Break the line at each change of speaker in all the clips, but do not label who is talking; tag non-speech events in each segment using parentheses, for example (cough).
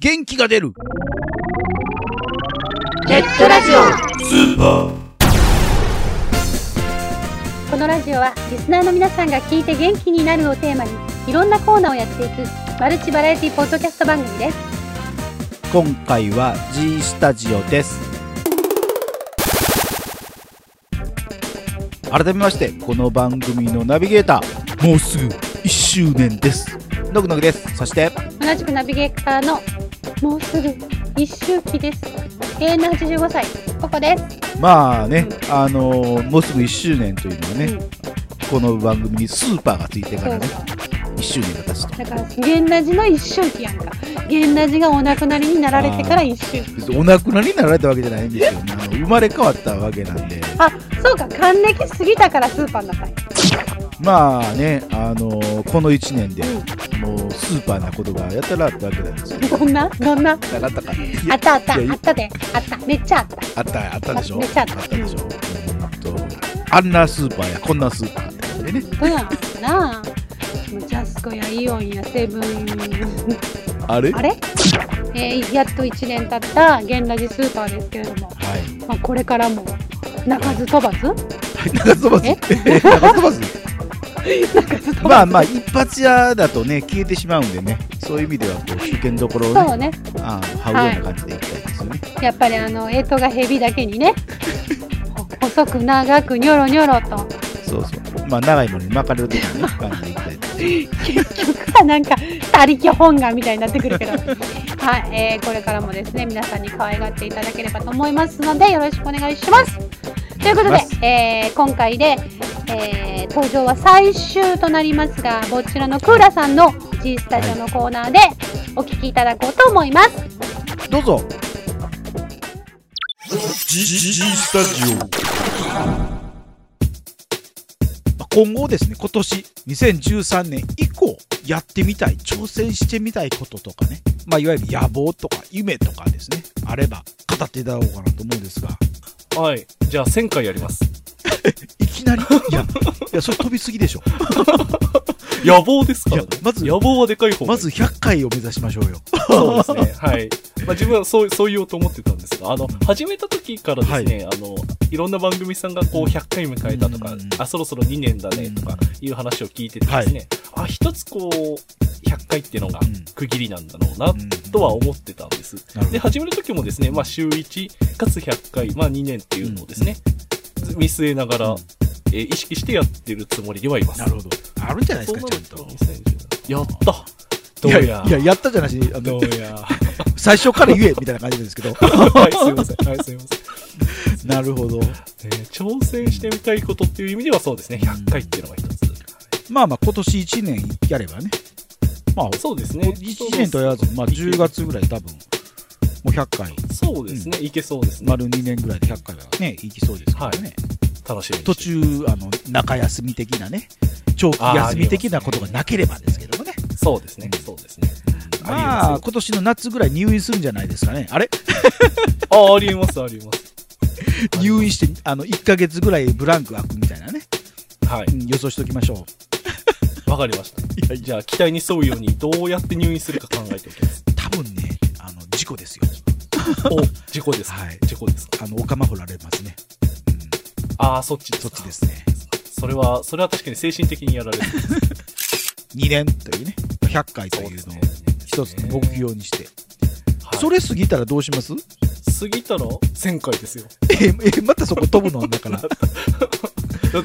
元気が出る
ネットラジオこのラジオはリスナーの皆さんが聞いて元気になるをテーマにいろんなコーナーをやっていくマルチバラエティポッドキャスト番組です
今回は G スタジオです改めましてこの番組のナビゲーターもうすぐ1周年ですノグノグですそして
同じくナビゲーターのもうすぐ一周期です永遠の85歳ここです
まあねあのーもうすぐ1周年というのはね、この番組にスーパーがついてか
そ
ら
う
ね1周年が経つと
だから源ラジの一周期やんか源ラジがお亡くなりになられてから一周期
別にお亡くなりになられたわけじゃないんですよ、ね、あの生まれ変わったわけなんで
あそうか還暦過ぎたからスーパーになったんや
まあねあのーこの1年でもうスーパーなことがやたらあったわけなんですよ
どんなどんな
なかったか
あったあった
いや
あったであっためっちゃあっ
あ
た
ったあったでしょ
めっちゃあ
あ
っ
ったたでしょうんとあんなスーパーやこんなスーパーってことでね
そうやんなあもうジャスコやイオンやセブン
あれ
あれ、えーやっと1年経った現ラジスーパーですけれども、
はい
まあ、これからも鳴かず飛ばず
はい長そばす
え
長そばすまあまあ一発屋だとね消えてしまうんでねそういう意味ではこう中堅どころを
そう
ね
ね
あー這うような感じでいきたいですよね、
やっぱりあの干支がヘビだけ
(laughs)
にねほ細く長くニョロニョロと
そうそうまあ長いものに巻かれるというね感じでいきたいと思い
結局はなんか「他力本願」みたいになってく
(laughs)
るけどはい、えーこれからもですね皆さんに可愛がっていただければと思いますのでよろしくお願いしますということ
お願いし
で、えー今回で、えー登場は最終となりますがぼっちらのクーラさんの G スタジオのコーナーでお聞きいただこうと思います
ますどうぞ
G, G, G Stadio.
まあ今後ですね今年2013年以降やってみたい挑戦してみたいこととかね、まあ、いわゆる野望とか夢とかですねあれば語っていただこうかなと思うんですが
はい。じゃあ、1000回やります。
いきなりいやいやそれ飛びすぎでしょ
野望です
い
から
や
ね。
まず
野望はでかい方がい
ま
い
ず、100回を目指しましょうよ
そうですね。 (laughs) はい。まあ、自分はそう、そう言おうと思ってたんですが、あの、始めた時からですね、あの、いろんな番組さんがこう、100回迎えたとか、
うん
あ、そろそろ2年だね、とか、いう話を聞いててですね、あ、一つこう、100回っていうのが
うん
区切りなんだろうな、
うん
とは思ってたんです。
なるほ
で、
ど
始める時もですね、まあ、週1かつ100回、まあ、2年っていうのをですね、見据えながら、えー意識してやってるつもりではいます。
なるほどあるんじゃないで
そう
す
な
か
る
ちゃんと
とやったどうや
いやいややったじゃなしにあ
ど
の
うや
最初から言えみたいな感じなんですけど
はい、すいません。はい、すいません。
なるほど
えー挑戦してみたいことっていう意味ではそうですね。100回っていうのが一つ。
まあまあ今年1年やればねまあ
そうですね。
1年とやらず、まあ、10月ぐらい多分もう100回
そうですね。いけそうですね。
丸2年ぐらいで100回はね、行きそうですからね。
楽しみにして
途中、あの、中休み的なね、長期休み的なことがなければですけどもね。
そうですね。そうですね。
ま
あ
あ、今年の夏ぐらい入院するんじゃないですかね。あれ
あ、ありえます、ありえます。
入院して、あの、1ヶ月ぐらいブランク空くみたいなね、
は
うん予想しておきましょう。
い。わかり
(laughs)
ました。じゃあ、期待に沿うようにどうやって入院するか考えておきます。
多分ね、あの、事故ですよ。
お、事故ですか。
はい
事故ですか。
あの、お釜掘られますね。うん
ああ、そっちです
そ
か
っちですね。
それは、それは確かに精神的にやられる。
2年というね、100回と
そう
い
で
う
す
のを
ね
一つの目標にして。
はい
それ過ぎたらどうします
過ぎたら1000回ですよ。
え、え、また (laughs) そこ飛ぶのだから。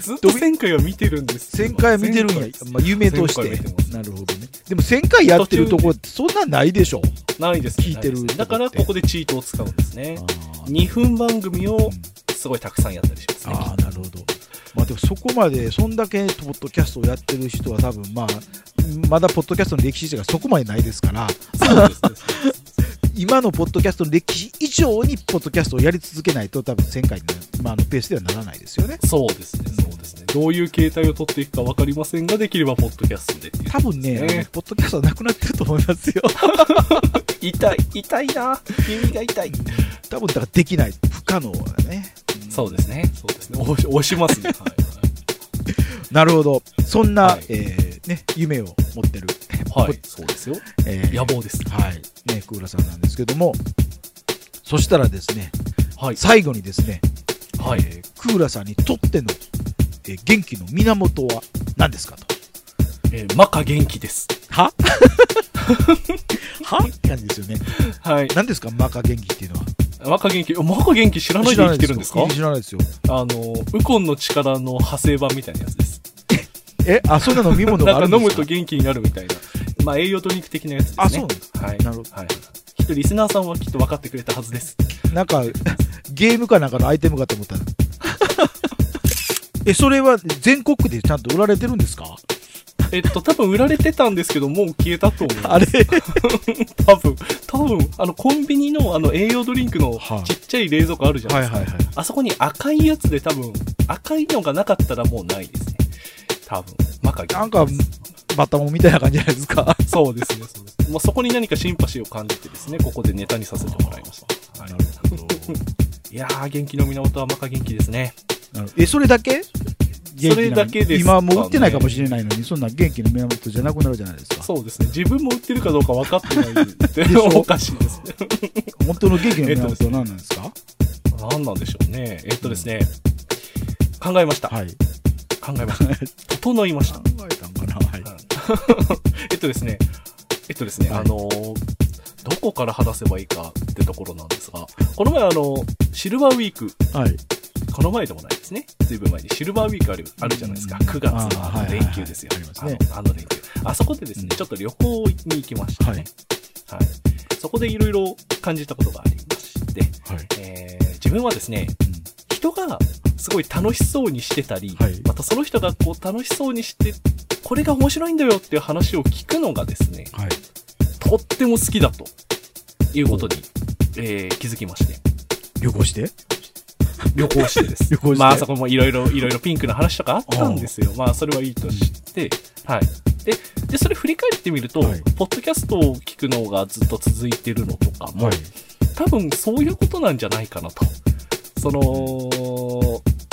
ずっと1000回は見てるんですよ。
1000回見てるんや
1000、回
まあ、夢とし
1000回見ま
て。
す
なるほどね。でも1000回やってるとこ、そんなんないでしょ。
ないですね。
聞いてる
ないですねだから、ここでチートを使うんですね
あ。
2分番組
う
を
ん
すごいたくさんやったりしますね。
あー、なるほど。まあでもそこまで、そんだけポッドキャストをやってる人は多分、まあ、まだポッドキャストの歴史がそこまでないですから、
(laughs) そうですね。
今のポッドキャストの歴史以上にポッドキャストをやり続けないと多分1000回になる、まあ、あのペースではならないですよね。
そうですね。そうですね。どういう形態を取っていくかわかりませんが、できればポッドキャストでっていう。
多分ね、
ね
あのポッドキャストはなくなってると思い
(laughs)
ますよ。
痛い、痛いな。耳が痛い。
多分だからできない、不可能だね。
そうですね。そうですね。押し押しますね。はいはい。
なるほど。そんな、
はい
えーね、夢を持ってる、
(laughs) はい、そうですよ。
えー
野望です。
はい。ね、クーラさんなんですけども、そしたらですね、
はい。
最後にですね、
はい。
えークーラさんにとっての、えー元気の源は何ですかと。
えーマカ元気です。
は (laughs) はって感じですよね。
はい。
何ですか、マカ元気っていうのは。
マカ元気、マカ元気知らないで生きてるんですか
知らないですよ。
あの、ウコンの力の派生版みたいなやつです。
え、あ、そんな飲み物があ
(laughs) な
る
ん
ん
か
で
飲む
すか
と元気になるみたいな。まあ、栄養ドリンク的なやつですね。
あそうなんで
はい。
なるほど
はい。きっとリスナーさんはきっと分かってくれたはずです。
なんか、ゲームかなんかのアイテムかと思ったら。 (laughs) え、それは全国区でちゃんと売られてるんですか
えっと、多分売られてたんですけど、もう消えたと思う。
あれ
多分、多分、あの、コンビニのあの、栄養ドリンクの
はい
ちっちゃい冷蔵庫あるじゃないですか。
いはい。
あそこに赤いやつで多分、赤いのがなかったらもうないですね。多分、マカ
なんか、バタモンみたいな感じじゃないですか。
そうですね、そうですね。もうそこに何かシンパシーを感じてですね、ここでネタにさせてもらいました。はい、
ほど。
いやー、元気の源はマカ元気ですね。
(laughs) え、それだけ
それだけですかね
今もう売ってないかもしれないのに、そんな元気の源じゃなくなるじゃないですか。
そうですね。自分も売ってるかどうか分かってないってい
で
う
し
の
ょ
はおかしいですね。
本当の元気の源は何なんですか、
何なんでしょうね。えっとですね、考えました。
はい。考
考えま (laughs) した。整いました。
えたんかなはい。
えっとですね、えっとですね、
はい
あのーどこから話せばいいかってところなんですが、この前あの、シルバーウィーク、
はい。
この前でもないですね。ずいぶん前にシルバーウィークあるあるじゃないですか。
うん
9月の
あーはいは
あ
い
の
はい
連休ですよ。
ありますね
あのあの連休。あそこでですね、
うん
ちょっと旅行に行きましたね。はい。そこでいろいろ感じたことがありまして、
はい。
えー自分はですね、人がすごい楽しそうにしてたり、
はい
またその人がこう楽しそうにして、これが面白いんだよっていう話を聞くのがですね、
はい。
とっても好きだということに、えー気づきまして、
旅行して
旅行してです。
旅行して
まあ、あそこもいろいろ、いろいろピンクの話とかあったんですよ。まあ、それはいいとして、はい。で、で、それ振り返ってみると、
はい
ポッドキャストを聞くのがずっと続いてるのとかも、
はい。
多分そういうことなんじゃないかなと。その、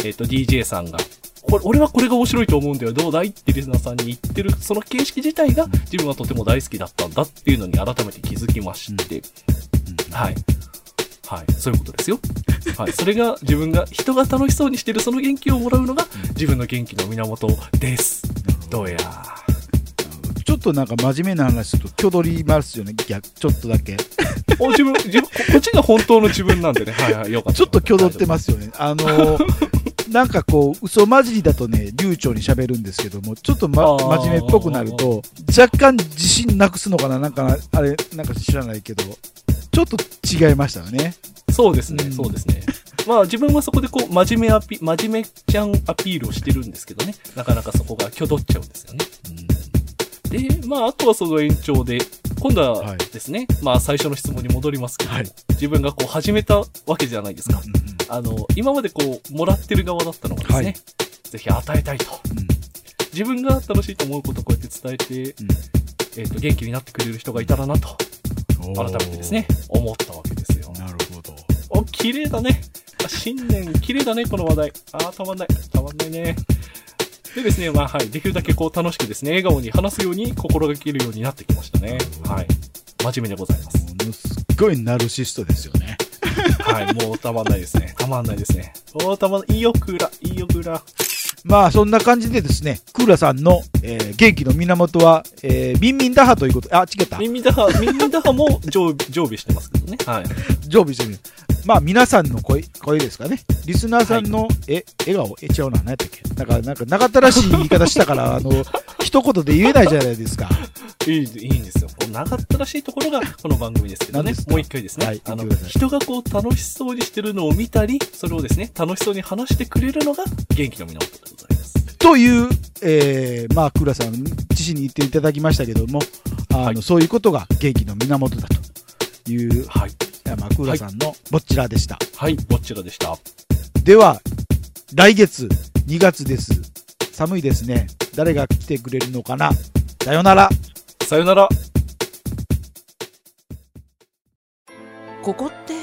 えっ、と、DJ さんが、これ俺はこれが面白いと思うんだよ、どうだいってリスナーさんに言ってる、その形式自体が自分はとても大好きだったんだっていうのに改めて気づきまして、はい。はい。そういうことですよ。 (laughs) はい。それが自分が、人が楽しそうにしてるその元気をもらうのが自分の元気の源です。どうやら。
ちょっとなんか真面目な話すると、きょどりますよね、逆ちょっとだけ。
お、自分、自分、ここっちが本当の自分なんでね。はいはい。よかっ
(laughs)
た。
ちょっときょどって
す。
ますよね。あのーなんかこう、嘘混じりだとね、流暢に喋るんですけども、ちょっと、ま、
あー
真面目っぽくなると、若干自信なくすのかな、なんか、あれ、なんか知らないけど、ちょっと違いましたよね。
そうですね、
うん
そうですね。まあ自分はそこでこう、真面目アピ、真面目ちゃんアピールをしてるんですけどね。なかなかそこが挙動っちゃうんですよね。で、まああとはその延長で、今度はですね、まあ最初の質問に戻りますけど、
はい
自分がこう始めたわけじゃないですか。あの、今までこう、もらってる側だったのがですね、
はい
ぜひ与えたいと。自分が楽しいと思うことをこうやって伝えて、えっ、と、元気になってくれる人がいたらなと、改めてですね。、思ったわけですよ。
なるほど。
お、綺麗だね。あ新年、綺麗だね、この話題。あー、たまんない。たまんないね。でですね、まあはい、できるだけこう楽しくですね、笑顔に話すように心がけるようになってきましたね。はい。真面目でございます。
ものすっごいナルシストですよね。
はい、もうたまんないですね。たまんないですね。おー、たまんない。いいよ、クーラ。いいよ、クーラ。
まあ、そんな感じでですね、クーラさんの、えー元気の源は、えー、ミンミンダハということ、あ、違った。
ミンミンダハ、ミンミンダハも常常備してますけどね。はい。
常備してみる。まあ、皆さんの声、声ですかね。リスナーさんの、え、笑顔、え、違うな、何やったっけ。なんか、なんか、長ったらしい言い方した
(laughs)
から、あの、一言で言えないじゃないですか。
いい、いいんですよ。こう長ったらしいところがこの番組ですけど
何
ね
です。か
もう一回ですね。
はい
あの
言ってください
人がこう楽しそうにしてるのを見たり、それをですね、楽しそうに話してくれるのが元気の源でございます。
という、えー、まあ、クーラさん、知事に言っていただきましたけども、あの、
はい
そういうことが元気の源だという、
はい。
まあ、クーラさんのぼっちらでした。
はい、ぼっちらでした。
では、来月、2月です。寒いですね。誰が来てくれるのかな。さよなら。
さよなら。
ここって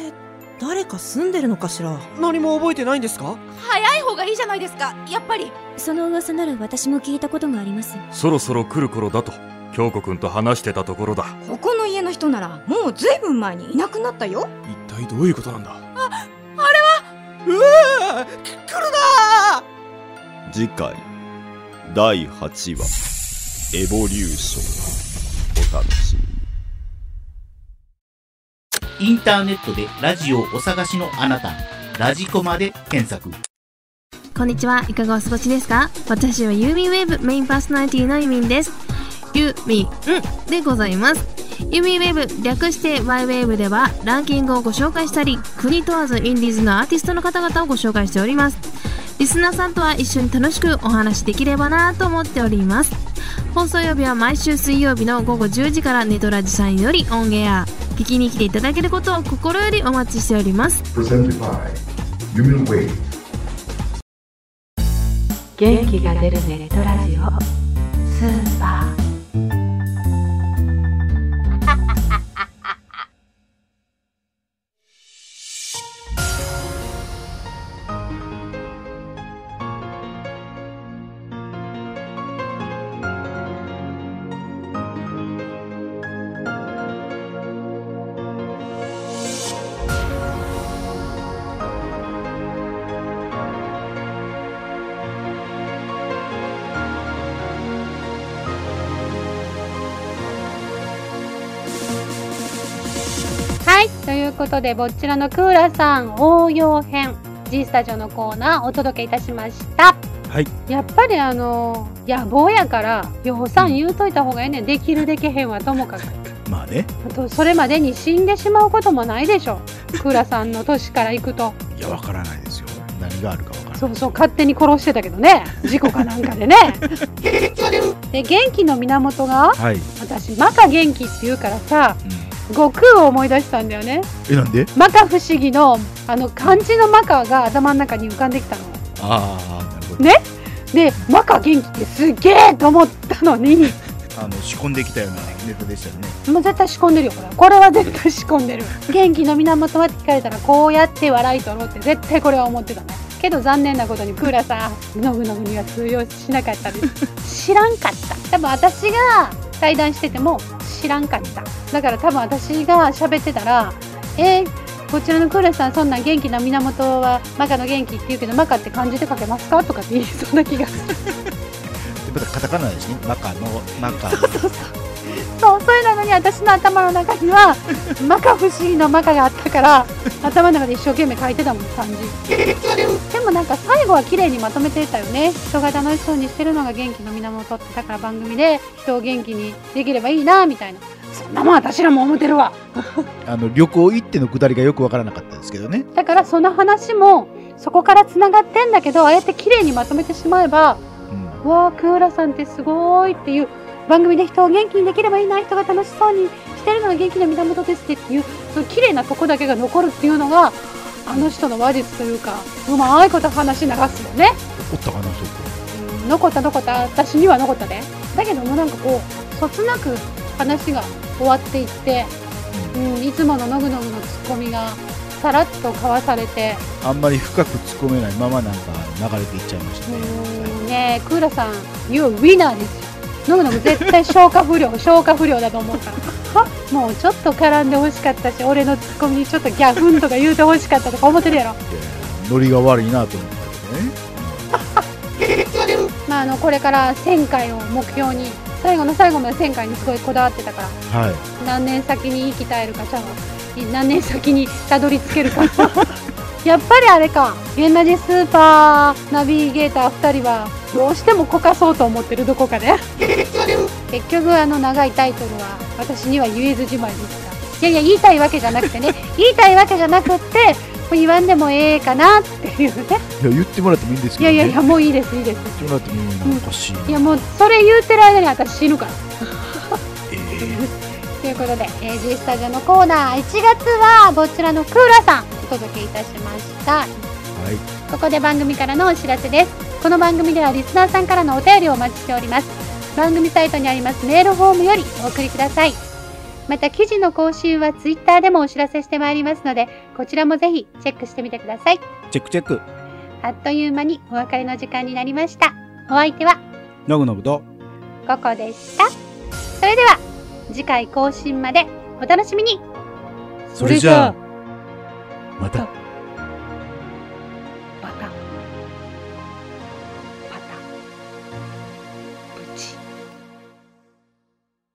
誰か住んでるのかしら
何も覚えてないんですか
早い方がいいじゃないですかやっぱり
その噂なら私も聞いたことがあります
そろそろ来る頃だと京子くんと話してたところだ
ここの家の人ならもうずいぶん前にいなくなったよ
一体どういうことなんだ
次回第8話「エボリューション」お楽しみに
インターネットでラジオをお探しのあなた、ラジコマで検索。
こんにちは。いかがお過ごしですか私はユーミンウェーブメインパーソナリティのユミンです。ユーミンんでございます。ユーミンウェーブ略して Y ウェーブではランキングをご紹介したり、国問わずインディーズのアーティストの方々をご紹介しております。リスナーさんとは一緒に楽しくお話しできればなと思っております。放送曜日は毎週水曜日の午後10時からネトラジさんよりオンエア。聞きに来ていただけることを心よりお待ちしております。
元気が出るネットラジオスーパー
はい、ということで、ぼっちらのクーラさん応用編、G スタジオのコーナーお届けいたしました。
はい。
やっぱりあのー、野望やから、ようさん言うといた方がええねん。できるできへんはともかく。
(laughs) まあね
あと、それまでに死んでしまうこともないでしょ。クーラさんの年から行くと。
いやわからないですよ何があるかわからない
そうそう、勝手に殺してたけどね。事故かなんか
(laughs)
でね。で、元気の源が、
はい、うん、
私、マカ元気って言うからさ、悟空を思い出したんだよね。
えなんで
摩訶不思議のあの漢字の摩訶が頭の中に浮かんできたの
ああなるほど、
ねで摩訶元気ってすげえと思ったのに
あの仕込んできたようなネタでしたよね
もう絶対仕込んでるよこれはこれは絶対仕込んでる元気の源はって聞かれたらこうやって笑い取ろうって絶対これは思ってたのけど残念なことにクーラさんノブノブには通用しなかったです知らんかった多分私が対談してても知らんかっただから多分私が喋ってたらえーこちらのクーラさんそんなん元気な源はマカの元気って言うけどマカって漢字で書けますかとかって言いそうな気が
でまたカタカナですねマカのマカ
そうそういうのに私の頭の中に (laughs) は「摩訶不思議の摩訶」があったから頭の中で一生懸命書いてたもん漢字でもなんか最後は綺麗にまとめてたよね人が楽しそうにしてるのが元気の源ってだから番組で人を元気にできればいいなみたいなそんなもん私らも思ってるわ
あの旅行行ってのくだりがよくわからなかったですけどね
だからその話もそこからつながってんだけどああやって綺麗にまとめてしまえば
うん
わあクーラさんってすごいっていう番組で人を元気にできればいいな人が楽しそうにしてるのが元気の源ですっていうその綺麗なとこだけが残るっていうのがあの人の話術というかうまいこと話流すよね、
おったかなそこ
うん、残った残った私には残ったねだけどもうなんかこうそつなく話が終わっていって、うん、いつものノグノグのツッコミがさらっと交わされて
あんまり深く突っ込めないままなんか流れていっちゃいました
う
ね
ーんねえクーラさん You a winner ですよ飲むのも絶対消化不良消化不良だと思うからはもうちょっと絡んでほしかったし俺のツッコミにちょっとギャフンとか言うてほしかったとか思ってるやろ
ノリが悪いなと思ったけどね
まああのこれから1000回を目標に最後の最後まで1000回にすごいこだわってたから
はい
何年先に生きたえるかちゃうわ何年先にたどり着け (laughs) るかやっぱりあれかゲンナジスーパーナビゲーター2人はどうしてもこかそうと思ってるどこかで結局あの長いタイトルは私には言えずじまいですがいやいや言いたいわけじゃなくて (laughs) ね言いたいわけじゃなくってもう言わんでもええかなっていうね
いや言ってもらってもいいんです
い
けど、
や
ね、
いやいやもういいですいいです
言ってもらってもいいのなんか欲しいな、
いやもうそれ言うてる間に私死ぬから
えー
ということで、えー、G スタジオのコーナー1月はこちらのクーラさんお届けいたしました
はい
ここで番組からのお知らせですこの番組ではリスナーさんからのお便りをお待ちしております番組サイトにありますメールフォームよりお送りくださいまた記事の更新はツイッターでもお知らせしてまいりますのでこちらもぜひチェックしてみてください
チェックチェック
あっという間にお別れの時間になりましたお相手は
ノグノグと
ここでしたそれでは、次回更新までお楽しみに
それじゃあ、また。